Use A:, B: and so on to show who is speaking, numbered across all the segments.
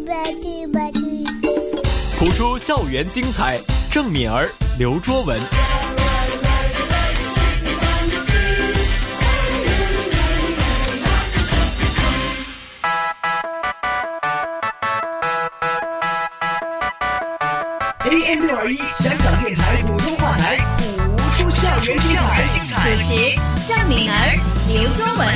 A: 吧去吧去。
B: 谱出校园精彩，郑敏儿、刘卓文。
C: AM 六二一，香港电台普通话台，谱出校园精彩。
D: 主持郑敏儿、刘卓文。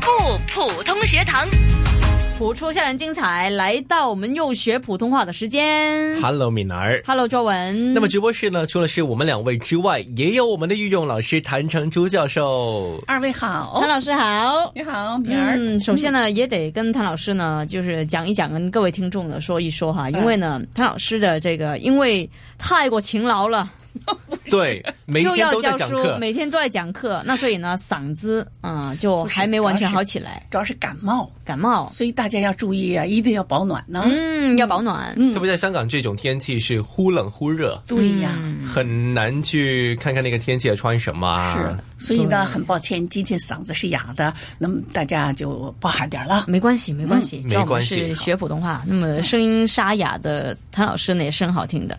D: 不普通学堂，谱出校园精彩，来到我们又学普通话的时间。
B: Hello，敏儿。
D: Hello，周文。
B: 那么直播室呢，除了是我们两位之外，也有我们的御用老师谭成珠教授。
E: 二位好
D: 谭，老师好。
E: 你好，敏儿。
D: 哦嗯，首先呢，也得跟谭老师呢，就是讲一讲，跟各位听众呢说一说哈，因为呢，谭老师的这个因为太过勤劳了，
B: 对，每一
D: 又
B: 天
D: 要
B: 都在
D: 教
B: 讲
D: 书，
B: 课。
D: 每天都在讲课，那所以呢，嗓子啊、就还没完全好起来，
E: 主要是感冒，
D: 感冒，
E: 所以大家要注意啊，一定要保暖呢、
D: 嗯，要保暖，
B: 特别在香港这种天气是忽冷忽热，
E: 对呀、
D: 嗯
B: 很难去看看那个天气要穿什么啊。
E: 是，所以呢，很抱歉，今天嗓子是哑的，那么大家就包含点儿了。
D: 没关系，没关系，
B: 嗯
D: 只要
B: 没
D: 我们
B: 关系
D: 是学普通话，那么声音沙哑的谭老师呢也是很好听的。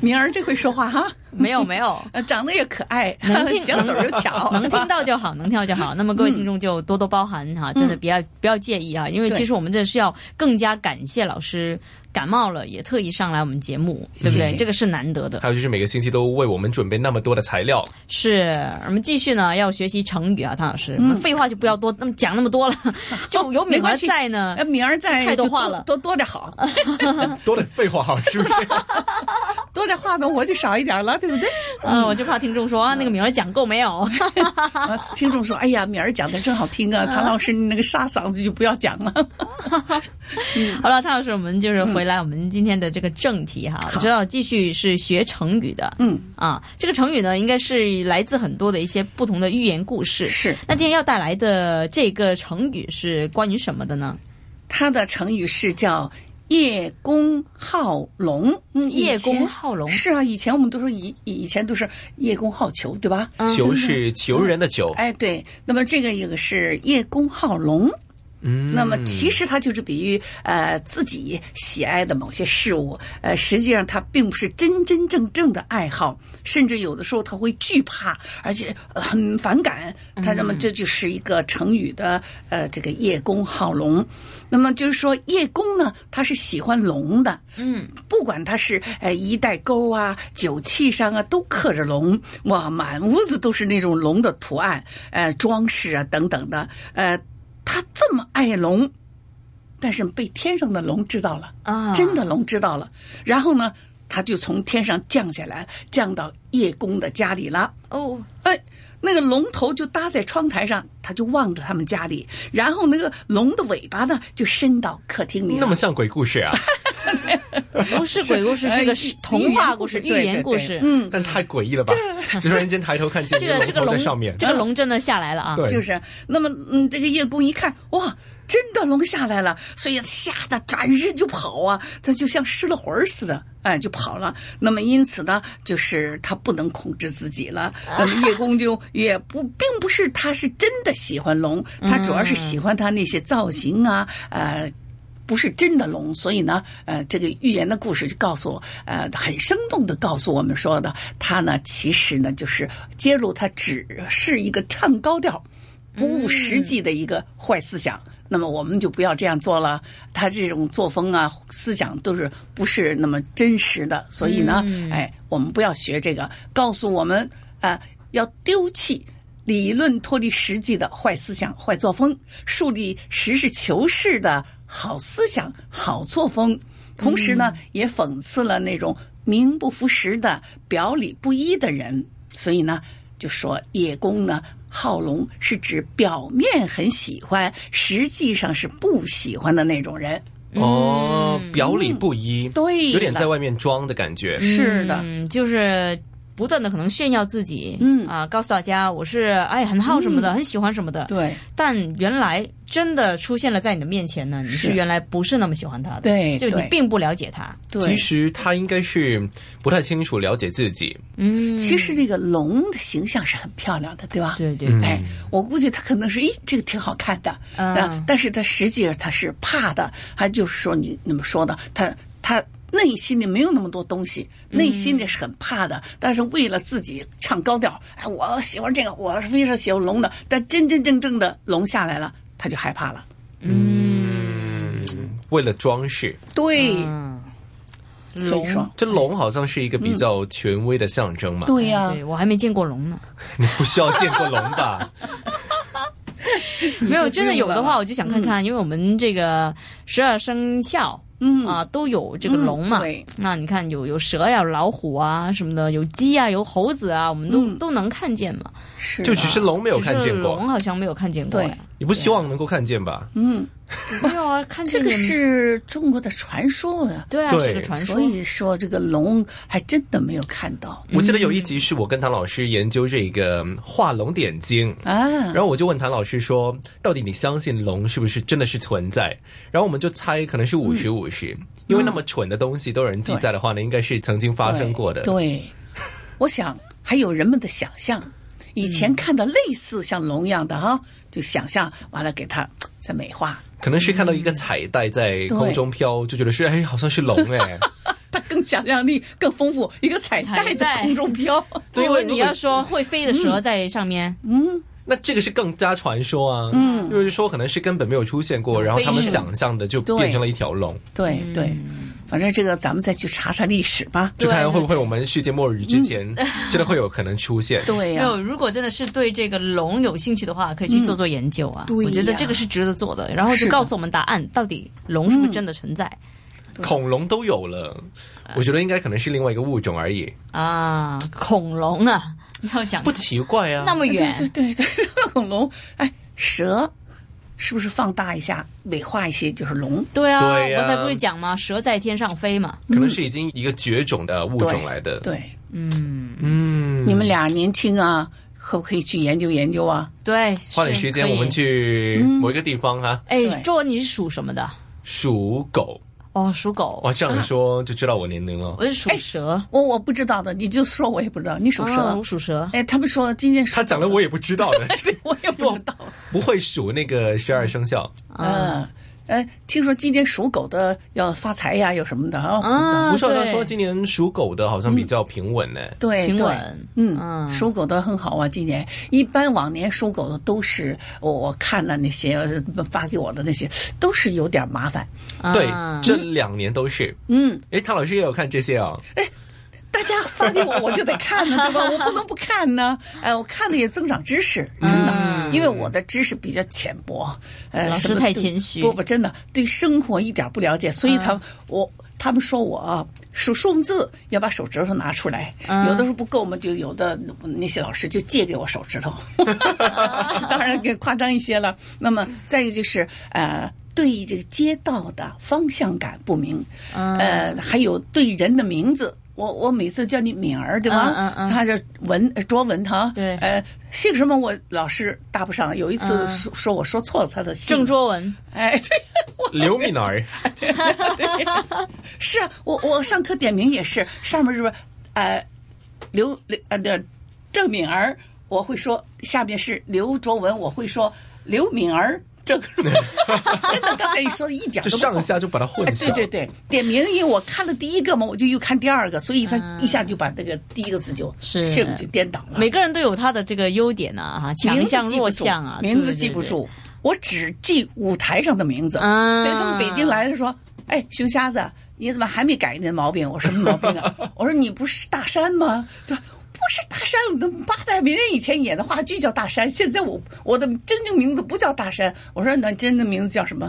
E: 明儿这回说话哈，
D: 没有没有，
E: 呃长得也可爱，
D: 能听
E: 小嘴儿又巧，
D: 能听 到就好，能听到就 好。那么各位听众就多多包涵哈，真的不要不要介意啊，因为
E: 对
D: 其实我们这是要更加感谢老师感冒了也特意上来我们节目，对不
E: 谢
D: 对？
E: 谢
D: 这个是难得的。
B: 还有就是每个星期都为我们准备那么多的材料，
D: 是我们继续呢，要学习成语啊，谭老师。我们废话就不要多那么讲那么 多了，就有
E: 没
D: 敏儿
E: 关系
D: 在呢
E: 呃，。明儿在
D: 太多
E: 就
D: 话了
E: 多多点 好，
D: 嗯
B: 多的废话好，是不是？
E: 多点话呢我就少一点了，对不对？
D: 嗯，我就怕听众说啊那个敏儿讲够没有？
E: 啊，听众说：“哎呀，敏儿讲的真好听 啊！谭老师，你那个沙嗓子就不要讲了。
D: 好了，谭老师，我们就是回来我们今天的这个正题哈，我知道继续是学成语的”，
E: 嗯，
D: 啊，这个成语呢，应该是来自很多的一些不同的寓言故事。
E: 是
D: 那今天要带来的这个成语是关于什么的呢？
E: 他的成语是叫“叶公好龙”。嗯，以
D: 叶公
E: 前
D: 好龙
E: 是啊，以前我们都说以以前都是叶公好逑，对吧？
B: 求是求人的求，
E: 哎，对。那么这个一个是叶公好龙，
B: 嗯，
E: 那么其实它就是比喻呃自己喜爱的某些事物，呃，实际上它并不是真真正正的爱好，甚至有的时候他会惧怕，而且呃很反感。他那么这就是一个成语的呃这个叶公好龙。那么就是说叶公呢，他是喜欢龙的，嗯，不管他是呃一带钩啊、酒器上啊，都刻着龙，哇，满屋子都是那种龙的图案，呃，装饰啊等等的，呃。他这么爱龙，但是被天上的龙知道了
D: 啊
E: 真的龙知道了。然后呢，他就从天上降下来，降到叶公的家里了。
D: 哦，
E: 哎，那个龙头就搭在窗台上，他就望着他们家里，然后那个龙的尾巴呢就伸到客厅里了。
B: 那么像鬼故事啊，
D: 不是鬼故事，是个
E: 哎
D: 童话故事、
E: 寓言故
D: 寓
E: 事对
D: 言故事。
E: 嗯，
B: 但太诡异了吧？
D: 嗯
B: 就突然间抬头看见
D: 这
B: 一
D: 个这个
B: 龙头
D: 龙
B: 在上面，
D: 这个龙真的下来了啊！
B: 对，
E: 就是那么，嗯，这个叶公一看，哇，真的龙下来了，所以吓得转身就跑啊，他就像失了魂儿似的，哎，就跑了。那么因此呢，就是他不能控制自己了。那么叶公就也不，并不是他是真的喜欢龙，他主要是喜欢他那些造型啊，呃。不是真的龙，所以呢，呃，这个寓言的故事就告诉我，呃，很生动的告诉我们说的，他呢其实呢就是揭露他只是一个唱高调、不务实际的一个坏思想。那么我们就不要这样做了。他这种作风啊、思想都是不是那么真实的，所以呢，哎，我们不要学这个。告诉我们啊、呃要丢弃理论脱离实际的坏思想、坏作风，树立实事求是的好思想、好作风。同时呢，也讽刺了那种名不符实的、表里不一的人。所以呢，就说叶公呢好龙，是指表面很喜欢，实际上是不喜欢的那种人。
B: 哦，表里不一，
E: 对了嗯
B: 有点在外面装的感觉。
D: 嗯
E: 是的，
D: 嗯，就是不断的可能炫耀自己，
E: 嗯
D: 啊，告诉大家我是哎很好什么的，很喜欢什么的，
E: 对
D: 但原来真的出现了在你的面前呢，你
E: 是
D: 是原来不是那么喜欢他的，
E: 对
D: 就你
E: 对
D: 并不了解他，
E: 对，
B: 其实他应该是不太清楚了解自己，
D: 嗯，
E: 其实这个龙的形象是很漂亮的，对吧？
D: 对对
B: 嗯
D: 对，
E: 哎，我估计他可能是，咦，这个挺好看的，
D: 嗯
E: 啊，但是他实际上他是怕的，他就是说你你们说的，他他内心里没有那么多东西，内心里是很怕的，但是为了自己唱高调，哎，我喜欢这个，我是非常喜欢龙的，但真真正正的龙下来了，他就害怕了。嗯
B: 嗯为了装饰。
E: 对，
D: 嗯，
E: 所以说，
B: 这龙好像是一个比较权威的象征嘛，
E: 对呀、
D: 哎对我还没见过 龙呢，
B: 你不需要见过龙吧？
D: 没有真的有的
E: 不用
D: 话，我就想看看，因为我们这个十二生肖。
E: 嗯
D: 啊，都有这个龙
E: 嗯
D: 嘛。
E: 对
D: 那你看有有蛇呀、有老虎啊什么的，有鸡啊、有猴子啊，我们都、
E: 嗯
D: 都能看见嘛。
E: 是啊
B: 就只是龙没有看
D: 只
B: 见
D: 是
B: 过
D: 龙，好像没有看见过
E: 对
D: 呀。
B: 你不希望能够看见吧？
E: 嗯，
D: 没有啊，看
E: 这
D: 见
E: 个
D: 也
E: 是中国的传说啊。
D: 对啊，
B: 对
D: 是个传说
E: 所。以说，这个龙还真的没有看到
B: 我记得有一集是我跟唐老师研究这个嗯画龙点睛，
E: 啊。
B: 然后我就问谭老师说，到底你相信龙是不是真的是存在？然后我们就猜可能是五十五十，因为那么蠢的东西都有人记载的话呢，应该是曾经发生过的。
E: 对，对我想还有人们的想象，以前看到类似像龙一样的哈、就想象完了给它再美化，
B: 可能是看到一个彩带在空中飘，就觉得是哎，好像是龙哎。
E: 它更想象力更丰富，一个彩带
D: 彩
E: 在
D: 带
E: 空中飘。
B: 对因
D: 如
B: 为
D: 果
B: 如
D: 你
B: 果
D: 要说会飞的
E: 嗯
D: 蛇在上面，
B: 那这个是更加传说啊，嗯，就是说可能是根本没有出现过，然后他们
D: 飞行
B: 想象的就
E: 对
B: 变成了一条龙。
E: 对对，反正这个咱们再去查查历史吧。
B: 就
D: 对
B: 看会不会我们世界末日之前， 真的会有可能出现。
E: 对
D: 没
E: 呀、
D: 有。如果真的是对这个龙有兴趣的话，可以去做做研究啊。
E: 嗯对呀
D: 我觉得这个是值得做的。然后
E: 是
D: 就
E: 的嗯
D: 告诉我们答案，到底龙是不是真的存在
B: 恐龙都有了，我觉得应该可能是另外一个物种而已，
D: 啊？恐龙啊，要讲
B: 不奇怪啊。
D: 那么远，
E: 对对对对， 恐龙，哎，蛇是不是放大一下、美化一些就是龙？
D: 对啊，
B: 对呀
D: 我才不是讲嘛，蛇在天上飞嘛。
B: 可能是已经一个绝种的物
E: 对
B: 种来的。，
E: 对，
D: 嗯，
B: 嗯，
E: 你们俩年轻啊，可不可以去研究研究啊？
D: 对，
B: 花点
D: 是
B: 时间，
D: 可以
B: 我们去某一个地方哈、
D: 哎
E: 对，
D: 卓文你是属什么的？
B: 属狗。
D: 哦，属狗，
B: 哇，这样一说就知道我年龄了。
D: 我是属蛇。
E: 我我不知道的，你就说我也不知道，你属
D: 啊
E: 蛇
D: 我。属蛇。
E: 哎，他们说今天属
B: 他讲了我也不知道的，
E: 我也不知道。
B: 不会数那个十二生肖。
E: 嗯，哎，听说今天属狗的要发财呀，有什么的啊？
D: 啊，
B: 吴少
D: 对
B: 他说今年属狗的好像比较平稳呢、
E: 对，
D: 平
E: 对
D: 稳
E: 嗯，
D: 嗯
E: 属狗的很好啊。今年一般往年属狗的都是我我看了那些呃发给我的那些，都是有点麻烦。
B: 对
D: 啊，
B: 这两年都是。
E: 嗯，
B: 哎，唐老师也有看这些啊、
E: 大家发给我，我就得看 呢，对吧？我不能不看呢。哎，我看了也增长知识，
D: 嗯
E: 真的，因为我的知识比较浅薄。呃，
D: 老师
E: 什么对
D: 太谦虚
E: 不不，真的对生活一点不了解，所以他
D: 嗯
E: 我他们说我啊数数字要把手指头拿出来，
D: 嗯
E: 有的时候不够嘛，就有的那些老师就借给我手指头， 当然给夸张一些了。那么再一个就是呃。对这个街道的方向感不明，
D: 嗯
E: 呃，还有对人的名字，我我每次叫你敏儿，对吧？
D: 嗯嗯嗯
E: 他这文呃卓文他
D: 对
E: 呃，姓什么我老是搭不上。有一次
D: 嗯
E: 说说我说错了他的姓，
D: 郑卓文，
E: 哎，对，
B: 刘敏儿，
E: 是啊，我我上课点名也是，上面是不是呃刘刘呃的郑敏儿，我会说下面是刘卓文，我会说刘敏儿 郑，真的刚才你说的一点
B: 就
E: 都不
B: 上
E: 错。
B: 下就把它混
E: 哎
B: 淆。
E: 对对对，点名因为我看了第一个嘛，我就又看第二个，所以他一下就把那个第一个字就
D: 是
E: 姓就颠倒了。
D: 每个人都有他的这个优点啊，哈，强项弱项啊，
E: 名字
D: 对
E: 记不。住，我只记舞台上的名字。
D: 啊
E: 所以他们北京来了说：“哎，熊瞎子，你怎么还没改你的毛病？”我说：“什么毛病 啊？”我说：“你不是大山吗？”他说：“不是大山，我的八百名人以前演的话剧叫大山，现在我我的真正名字不叫大山。”我说：“那真的名字叫什么？”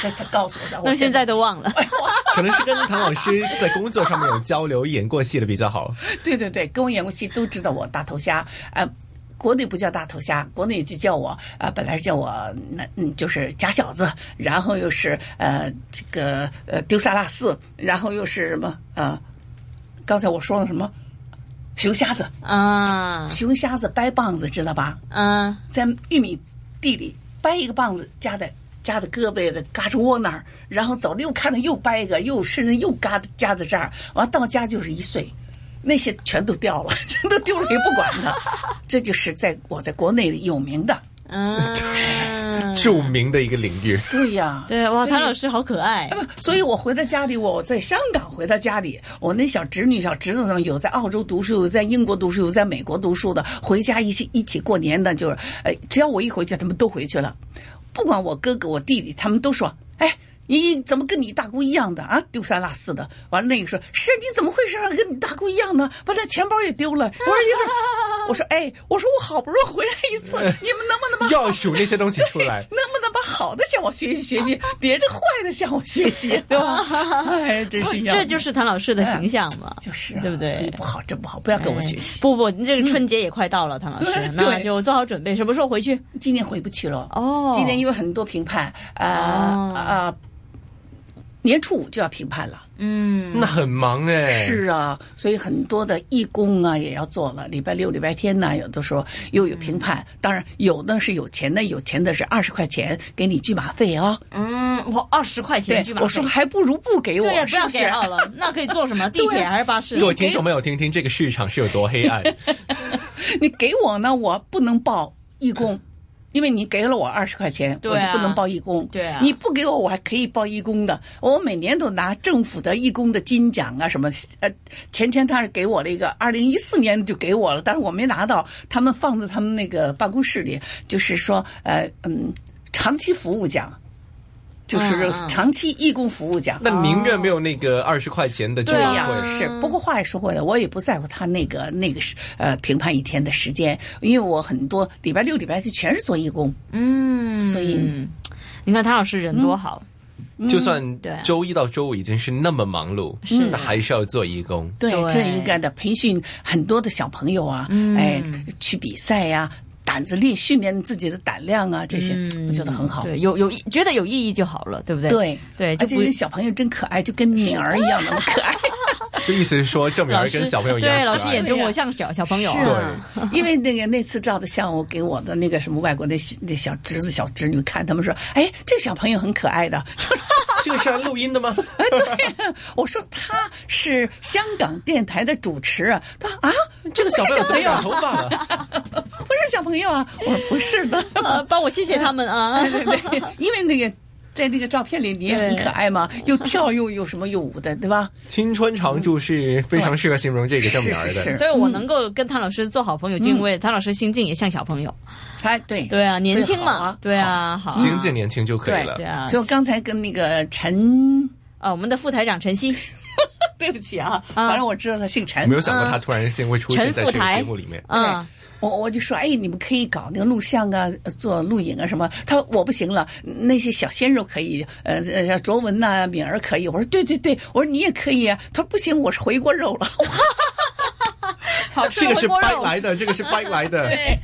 E: 这才告诉我的。
D: 对对
E: 我哎
D: 那现在都忘了，
B: 可能是跟唐老师在工作上面有交流，演过戏的比较好。
E: 对对对，跟我演过戏都知道我大头虾，呃，国内不叫大头虾，国内就叫我呃，本来是叫我那嗯就是假小子，然后又是呃这个呃丢三落四，然后又是什么呃，刚才我说了什么？熊瞎子，
D: 啊
E: 熊瞎子掰棒子，知道吧？
D: 啊
E: 在玉米地里掰一个棒子，夹在夹在胳膊的胳肢窝那儿，然后走了又看到又掰一个，又甚至又嘎夹在这儿，完到家就是一碎，那些全都掉了， 全都丢了也不管它。这就是在我在国内有名的，
D: 啊！
B: 著名的一个领域。
E: 对呀，
D: 对，哇，
E: 所以
D: 谭老师好可爱
E: 啊不，所以我回到家里，我在香港回到家里，我那小侄女、小侄子他们有在澳洲读书，有在英国读书，有在美国读书的，回家一起一起过年的，就是，哎，只要我一回去，他们都回去了，不管我哥哥、我弟弟，他们都说，哎。你怎么跟你大姑一样的啊？丢三落四的。完了，那个说是你怎么回事啊？跟你大姑一样呢？把那钱包也丢了。我说你说，我说哎，我说我好不容易回来一次，你们能不能把，
B: 要数那些东西出来
D: 哎
E: 能不能把好的向我学习学 习，别这坏的向我学习，对吧？哎，真是要
D: 这就是谭老师的形象嘛，
E: 就是啊、
D: 对不对哎
E: 所以不好，真不好，不要跟我学习。嗯哎
D: 不不，这个春节也快到了，谭老师，
E: 对
D: 那就做好准备，什么时候回去？
E: 今年回不去了，
D: 哦
E: 今年因为很多评判，啊、
D: 哦
E: 啊、年初五就要评判了，
D: 嗯，
B: 那很忙哎、
E: 是啊，所以很多的义工啊也要做了。礼拜六、礼拜天呢，有的时候又有评判，
D: 嗯
E: 当然有的是有钱的，有钱的是二十块钱给你拒马费啊。
D: 嗯，我二十块钱
E: 对
D: 去，吧。
E: 我说还不如不给我，
D: 对呀，不
E: 是
D: 要
E: 不
D: 给
E: 是？
D: 到了，那可以坐 什么地铁还是巴士？
B: 各位听众朋友，听听这个市场是有多黑 暗。
E: 哦你给我呢，我不能报义 工，因为你给了我二十块钱，
D: 对啊
E: 我就不能报义工。
D: 对啊
E: 你不给我，我还可以报义工的。我每年都拿政府的义工的金奖啊，什么呃，前天他是给我了一个，二零一四年就给我了，但是我没拿到，他们放在他们那个办公室里，就是说呃嗯，长期服务奖。就是
D: 嗯嗯
E: 长期义工服务奖，
B: 那宁愿没有那个二十块钱的聚
E: 对
B: 马
E: 呀、
B: 费，
E: 是。
D: 嗯
E: 不过话也说回来，我也不在乎他那个那个是呃评判一天的时间，因为我很多礼拜六、礼拜天全是做义工，
D: 嗯，
E: 所以
D: 你看谭老师人多好，啊
E: 嗯
B: 就算
D: 对啊
B: 周一到周五已经是那么忙碌，
D: 是
B: 那还是要做义工。
E: 对，
D: 对嗯
E: 这应该的。培训很多的小朋友啊，哎，去比赛呀、胆子练训练自己的胆量啊，这些、我觉得很好。
D: 嗯对，有有觉得有意义就好了，对不对？
E: 对
D: 对，
E: 而
D: 就
E: 且
D: 不
E: 那小朋友真可爱，就跟敏儿一样那么可爱。
B: 就意思是说，郑敏
D: 老
B: 儿
D: 师
B: 跟小朋友一样哎可爱，
D: 对老师眼中
E: 对呀
D: 我像小小朋友啊，
E: 是啊， 因为那个那次照的相，我给我的那个什么外国那小那小侄子、小侄女看，他们说，哎，这小朋友很可爱的。
B: 这个是要录音的 吗？
E: 我说他是香港电台的主持啊，他啊，
B: 这个小朋友
E: 不
B: 怎么
E: 是小
B: 染
E: 朋
B: 头
E: 友，
B: 发了？
E: 不是小朋友啊，我说不是的，哎
D: 呃，帮我谢谢他们啊。
E: 对对，因为那个在那个照片里你也很可爱嘛，又跳又又什么又舞的，对吧？
B: 青春常驻是非常适合形容这个郑敏儿
E: 是是
B: 的
E: 是。
D: 所以我能够跟谭老师做好朋友，就因为谭老师心境也像小朋友。
E: 哎，对
D: 嗯对啊，年轻
E: 所以好
D: 嘛
E: 啊，
D: 对啊，好啊。
B: 行进年轻就可以
E: 哦对
B: 了
D: 对。啊
E: 所以我刚才跟那个陈，
D: 啊，我们的副台长晨曦，
E: 对不起啊，
D: 啊
E: 反正我知道他姓陈
B: 没。有想过他突然间会出现
D: 陈
B: 在
D: 副
B: 这个
D: 台
B: 节目里面。
D: 嗯，
E: 我我就说，哎，你们可以搞那个录像啊，呃做录影啊什么。他说我不行了，那些小鲜肉可以，呃，呃像卓文呐、敏儿可以。我说对对对，我说你也可以啊。他说不行，我是回锅肉了。
D: 好吃
B: 这
D: 的
B: 个
D: 回
B: 是
D: 锅
B: 掰
D: 肉。
B: 来的，这个是掰来的。
D: 对，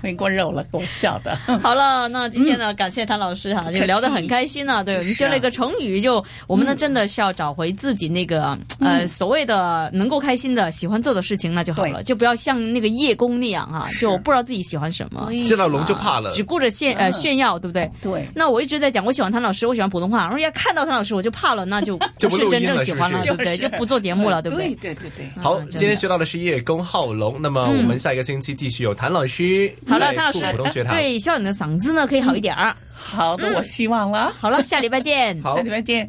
E: 回锅肉了，给我笑的。
D: 好了，那今天呢，感谢谭老师哈，
E: 嗯客
D: 就聊得很开心呢。对，
E: 是啊
D: 我们学了一个成语，就我们呢真的是要找回自己那个
E: 嗯
D: 呃所谓的能够开心的、喜欢做的事情，那就好了，
E: 对
D: 就不要像那个叶公那样哈，就不知道自己喜欢什 么。
B: 见到龙就怕了。
D: 只顾着炫呃
E: 嗯
D: 炫耀，对不对？
E: 对
D: 那我一直在讲，我喜欢谭老师，我喜欢普通话。然后要看到谭老师，我就怕了，那就
B: 就不
D: 是
B: 录
D: 真
B: 音了
D: 正喜欢了，
B: 是
E: 就
D: 对不
E: 是
D: 对？就不做节目了，对
E: 对
D: 不对？
E: 对对对。
B: 好，
D: 嗯真的嗯
B: 今天学到的是叶公好龙。那么我们下一个星期继续有谭老师
D: 好了，
B: 在
D: 谭老
B: 复
D: 师
B: 古普通学，堂。
D: 对，希望你的嗓子呢可以好一点儿。
E: 好的，我希望了啊。
D: 嗯好了，下礼拜见。
B: 好
E: 下礼拜见。